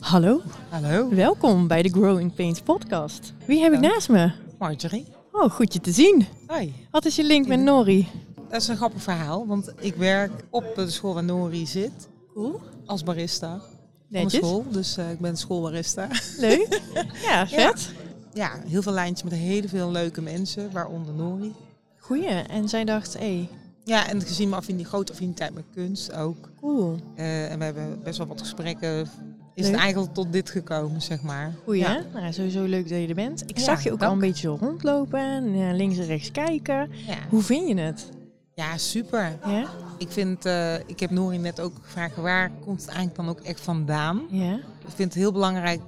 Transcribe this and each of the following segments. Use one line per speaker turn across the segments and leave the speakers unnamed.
Hallo,
Hallo,
welkom bij de Growing Pains podcast. Wie heb ik
Dank.
naast me?
Marjorie.
Oh, goed je te zien.
Hoi.
Wat is je link met Nori?
Dat is een grappig verhaal, want ik werk op de school waar Nori zit
Cool.
als barista van de
Netjes.
school. Dus eh, ik ben schoolbarista.
Leuk. Ja, vet.
Ja, heel veel lijntjes met heel veel leuke mensen, waaronder Nori.
Goeie. En zij dacht, hé, hey,
Ja, en gezien mijn affini- grote affiniteit met kunst ook.
cool.
Eh, en we hebben best wel wat gesprekken. Is
Leuk.
het eigenlijk tot dit gekomen, zeg maar.
Goeie,
Ja.
hè? Nou, sowieso leuk dat je er bent. Ik
Ja,
zag je ook al
dank.
een beetje zo rondlopen, en, eh, links en rechts kijken.
Ja.
Hoe vind je het?
ja, super.
Ja?
Ik vind, eh, ik heb Nori net ook gevraagd, waar komt het eigenlijk dan ook echt vandaan?
Ja?
Ik vind het heel belangrijk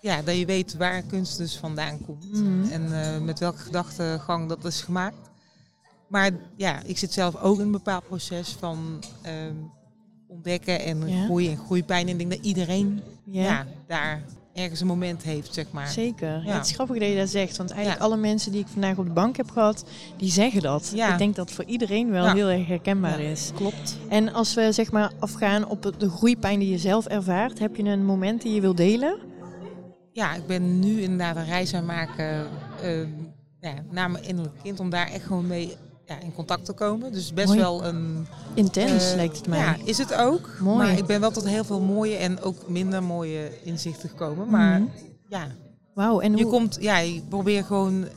ja, dat je weet waar kunst dus vandaan komt.
Mhm.
En eh, met welke gedachtegang dat is gemaakt. Maar ja, ik zit zelf ook in een bepaald proces van ehm, ontdekken en
Ja.
groei en groeipijn. En ik denk dat iedereen
Ja?
ja. daar ergens een moment heeft, zeg maar.
Zeker.
Ja.
Het is grappig dat je dat zegt, want eigenlijk
Ja.
alle mensen die ik vandaag op de bank heb gehad, die zeggen dat.
Ja.
Ik denk dat het voor iedereen wel
Ja.
heel erg herkenbaar
Ja.
is.
Klopt.
En als we zeg maar afgaan op het- de groeipijn die je zelf ervaart, heb je een moment die je wil delen?
Ja, ik ben nu inderdaad een reis aan het maken ehm, ja, naar mijn innerlijk kind. Om daar echt gewoon mee ja, in contact te komen. Dus best
Mooi.
wel een
Intens
Eh,
lijkt het mij.
Ja, is het ook.
Mooi.
Maar ik ben wel tot heel veel mooie en ook minder mooie inzichten gekomen. Maar
Mhm.
ja,
Wauw, en
je
hoe...
komt, ja, je probeert gewoon eh,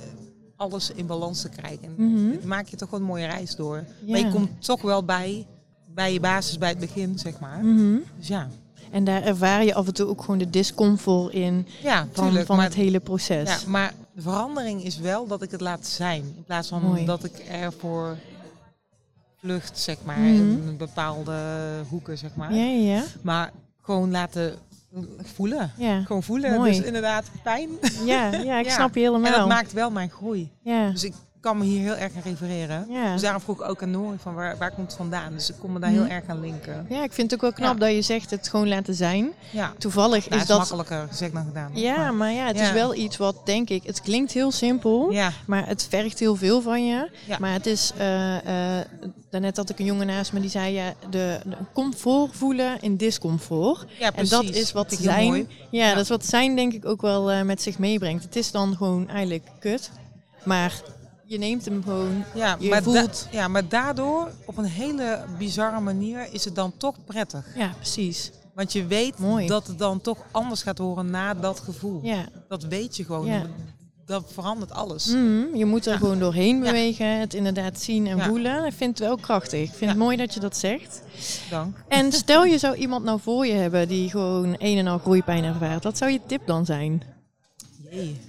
alles in balans te krijgen. En
Mhm.
het maakt je toch gewoon een mooie reis door.
Ja.
Maar je komt toch wel bij, bij je basis, bij het begin, zeg maar.
Mhm.
Dus ja,
En daar ervaar je af en toe ook gewoon de discomfort in
ja
van,
tuurlijk.
van
maar,
het hele proces.
ja, maar de verandering is wel dat ik het laat zijn. In plaats van
Mooi.
dat ik ervoor vlucht, zeg maar.
Mhm.
In bepaalde hoeken, zeg maar.
ja, ja.
Maar gewoon laten voelen.
Ja,
Gewoon voelen.
Mooi.
Dus inderdaad pijn.
ja, ja ik
Ja.
snap je
En dat
helemaal.
maakt wel mijn groei.
Ja,
Dus ik kan me hier heel erg aan refereren.
ja.
Dus daarom vroeg ik ook aan Noor van waar, waar komt het vandaan. Dus ik kon me daar heel
Mhm.
erg aan linken.
ja, ik vind het ook wel knap
Ja.
dat je zegt het gewoon laten zijn.
Ja,
Toevallig
dat
is
is
dat...
makkelijker gezegd dan gedaan.
Ja, maar ja, het is
Ja.
wel iets wat denk ik... Het klinkt heel simpel,
Maar- ja.
Maar het vergt heel veel van je.
Ja.
Maar het is, eh, eh, daarnet had ik een jongen naast me die zei, ja, de, de comfort voelen in discomfort.
ja, precies.
En dat is wat
Vind ik heel
zijn, ja,
mooi.
dat is wat zijn denk ik ook wel eh, met zich meebrengt. Het is dan gewoon eigenlijk kut, maar je neemt hem gewoon.
Ja,
je
maar da-
voelt-
ja, maar daardoor op een hele bizarre manier is het dan toch prettig.
Ja, precies.
Want je weet
Mooi.
dat het dan toch anders gaat horen na dat gevoel.
Ja.
Dat weet je gewoon.
Ja.
Dat verandert alles.
Mhm, je moet er
Ja.
gewoon doorheen
Ja.
bewegen, het inderdaad zien en
Ja.
voelen. Ik vind het wel krachtig. Ik vind
Ja.
het mooi dat je dat zegt.
Dank.
En stel je zou iemand nou voor je hebben die gewoon een en al groeipijn ervaart. Wat zou je tip dan zijn?
Jee.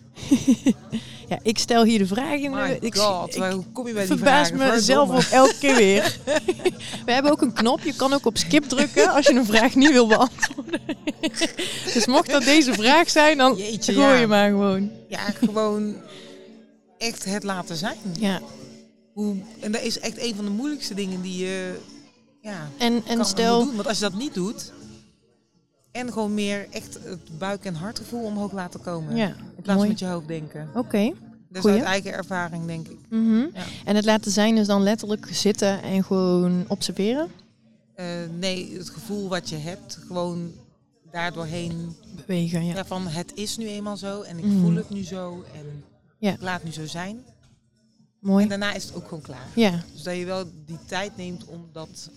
Ja, ik stel hier de vraag in.
My
ik
god,
ik
waar- hoe kom je bij die
verbaas
vragen?
mezelf
Verdomme.
ook elke keer weer. We hebben ook een knop. Je kan ook op skip drukken als je een vraag niet wil beantwoorden. Dus mocht dat deze vraag zijn, dan
Jeetje,
gooi
ja.
je maar gewoon.
Ja, gewoon echt het laten zijn.
Ja.
Hoe, en dat is echt een van de moeilijkste dingen die je ja,
En, en
kan moet
stel,
doen. Want als je dat niet doet... En gewoon meer echt het buik- en hartgevoel omhoog laten komen.
ja,
in plaats van
mooi.
met je hoofd denken.
Oké.
Dat is
Goeie.
uit eigen ervaring, denk ik.
mhm.
Ja.
En het laten zijn is dan letterlijk zitten en gewoon observeren,
Eh, nee, het gevoel wat je hebt, gewoon daardoorheen.
bewegen. Ja.
Ja. van het is nu eenmaal zo en ik
Mhm.
voel het nu zo. En
Ja.
ik laat het nu zo zijn. En eh,
Mooi.
daarna is het ook gewoon klaar.
Ja,
Dus dat je wel die tijd neemt om dat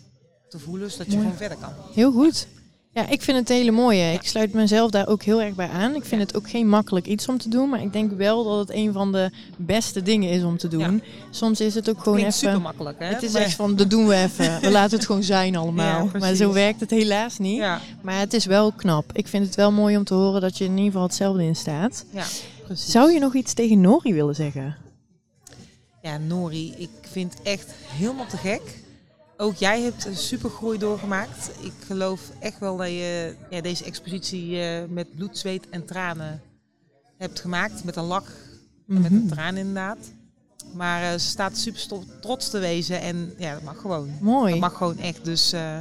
te voelen, zodat je
Mooi.
gewoon verder kan.
Heel goed. Ja, ik vind het een hele mooie. Ik sluit mezelf daar ook heel erg bij aan. Ik vind het ook geen makkelijk iets om te doen, maar ik denk wel dat het een van de beste dingen is om te doen. Soms is het ook gewoon
Klinkt super
even.
makkelijk, hè?
Het is
Maar-
echt van, dat doen we even. We laten het gewoon zijn allemaal.
Ja,
maar
precies.
zo werkt het helaas niet.
Ja,
Maar het is wel knap. Ik vind het wel mooi om te horen dat je in ieder geval hetzelfde in staat.
ja, precies.
Zou je nog iets tegen Nori willen zeggen?
Ja, Nori, ik vind het echt helemaal te gek. Ook jij hebt een super groei doorgemaakt. Ik geloof echt wel dat je ja, deze expositie eh, met bloed, zweet en tranen hebt gemaakt. Met een lak en met
Mhm.
een traan inderdaad. Maar eh, ze staat super sto- trots te wezen en ja, dat mag gewoon.
Mooi.
Dat mag gewoon echt. Dus eh,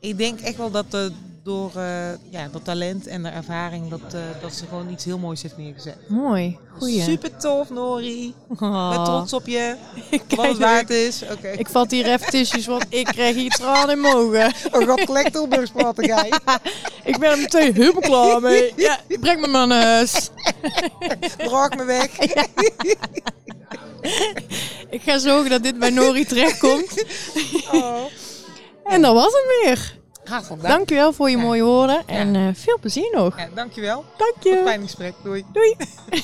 ik denk echt wel dat eh, door eh, ja, dat talent en de ervaring dat, eh, dat ze gewoon iets heel moois heeft neergezet. Dus
Mooi. Goeie.
Super tof, Nori.
Oh.
Ik ben trots op je.
Kijk,
Wat het waard is. Oké.
Ik vat hier even tissues, want ik krijg hier tranen in mijn ogen.
Oh, god, collectorburgs praten, guy.
Ik ben er meteen helemaal klaar mee. Ja, breng me maar naar huis.
Draag me weg.
Ik ga zorgen dat dit bij Nori terechtkomt.
Oh.
En dat was het weer.
Hartelijk dank.
Dankjewel voor je
Ja.
mooie woorden en eh, veel plezier nog.
Ja, dankjewel.
Dank
Tot
je.
fijn gesprek. Doei.
Doei.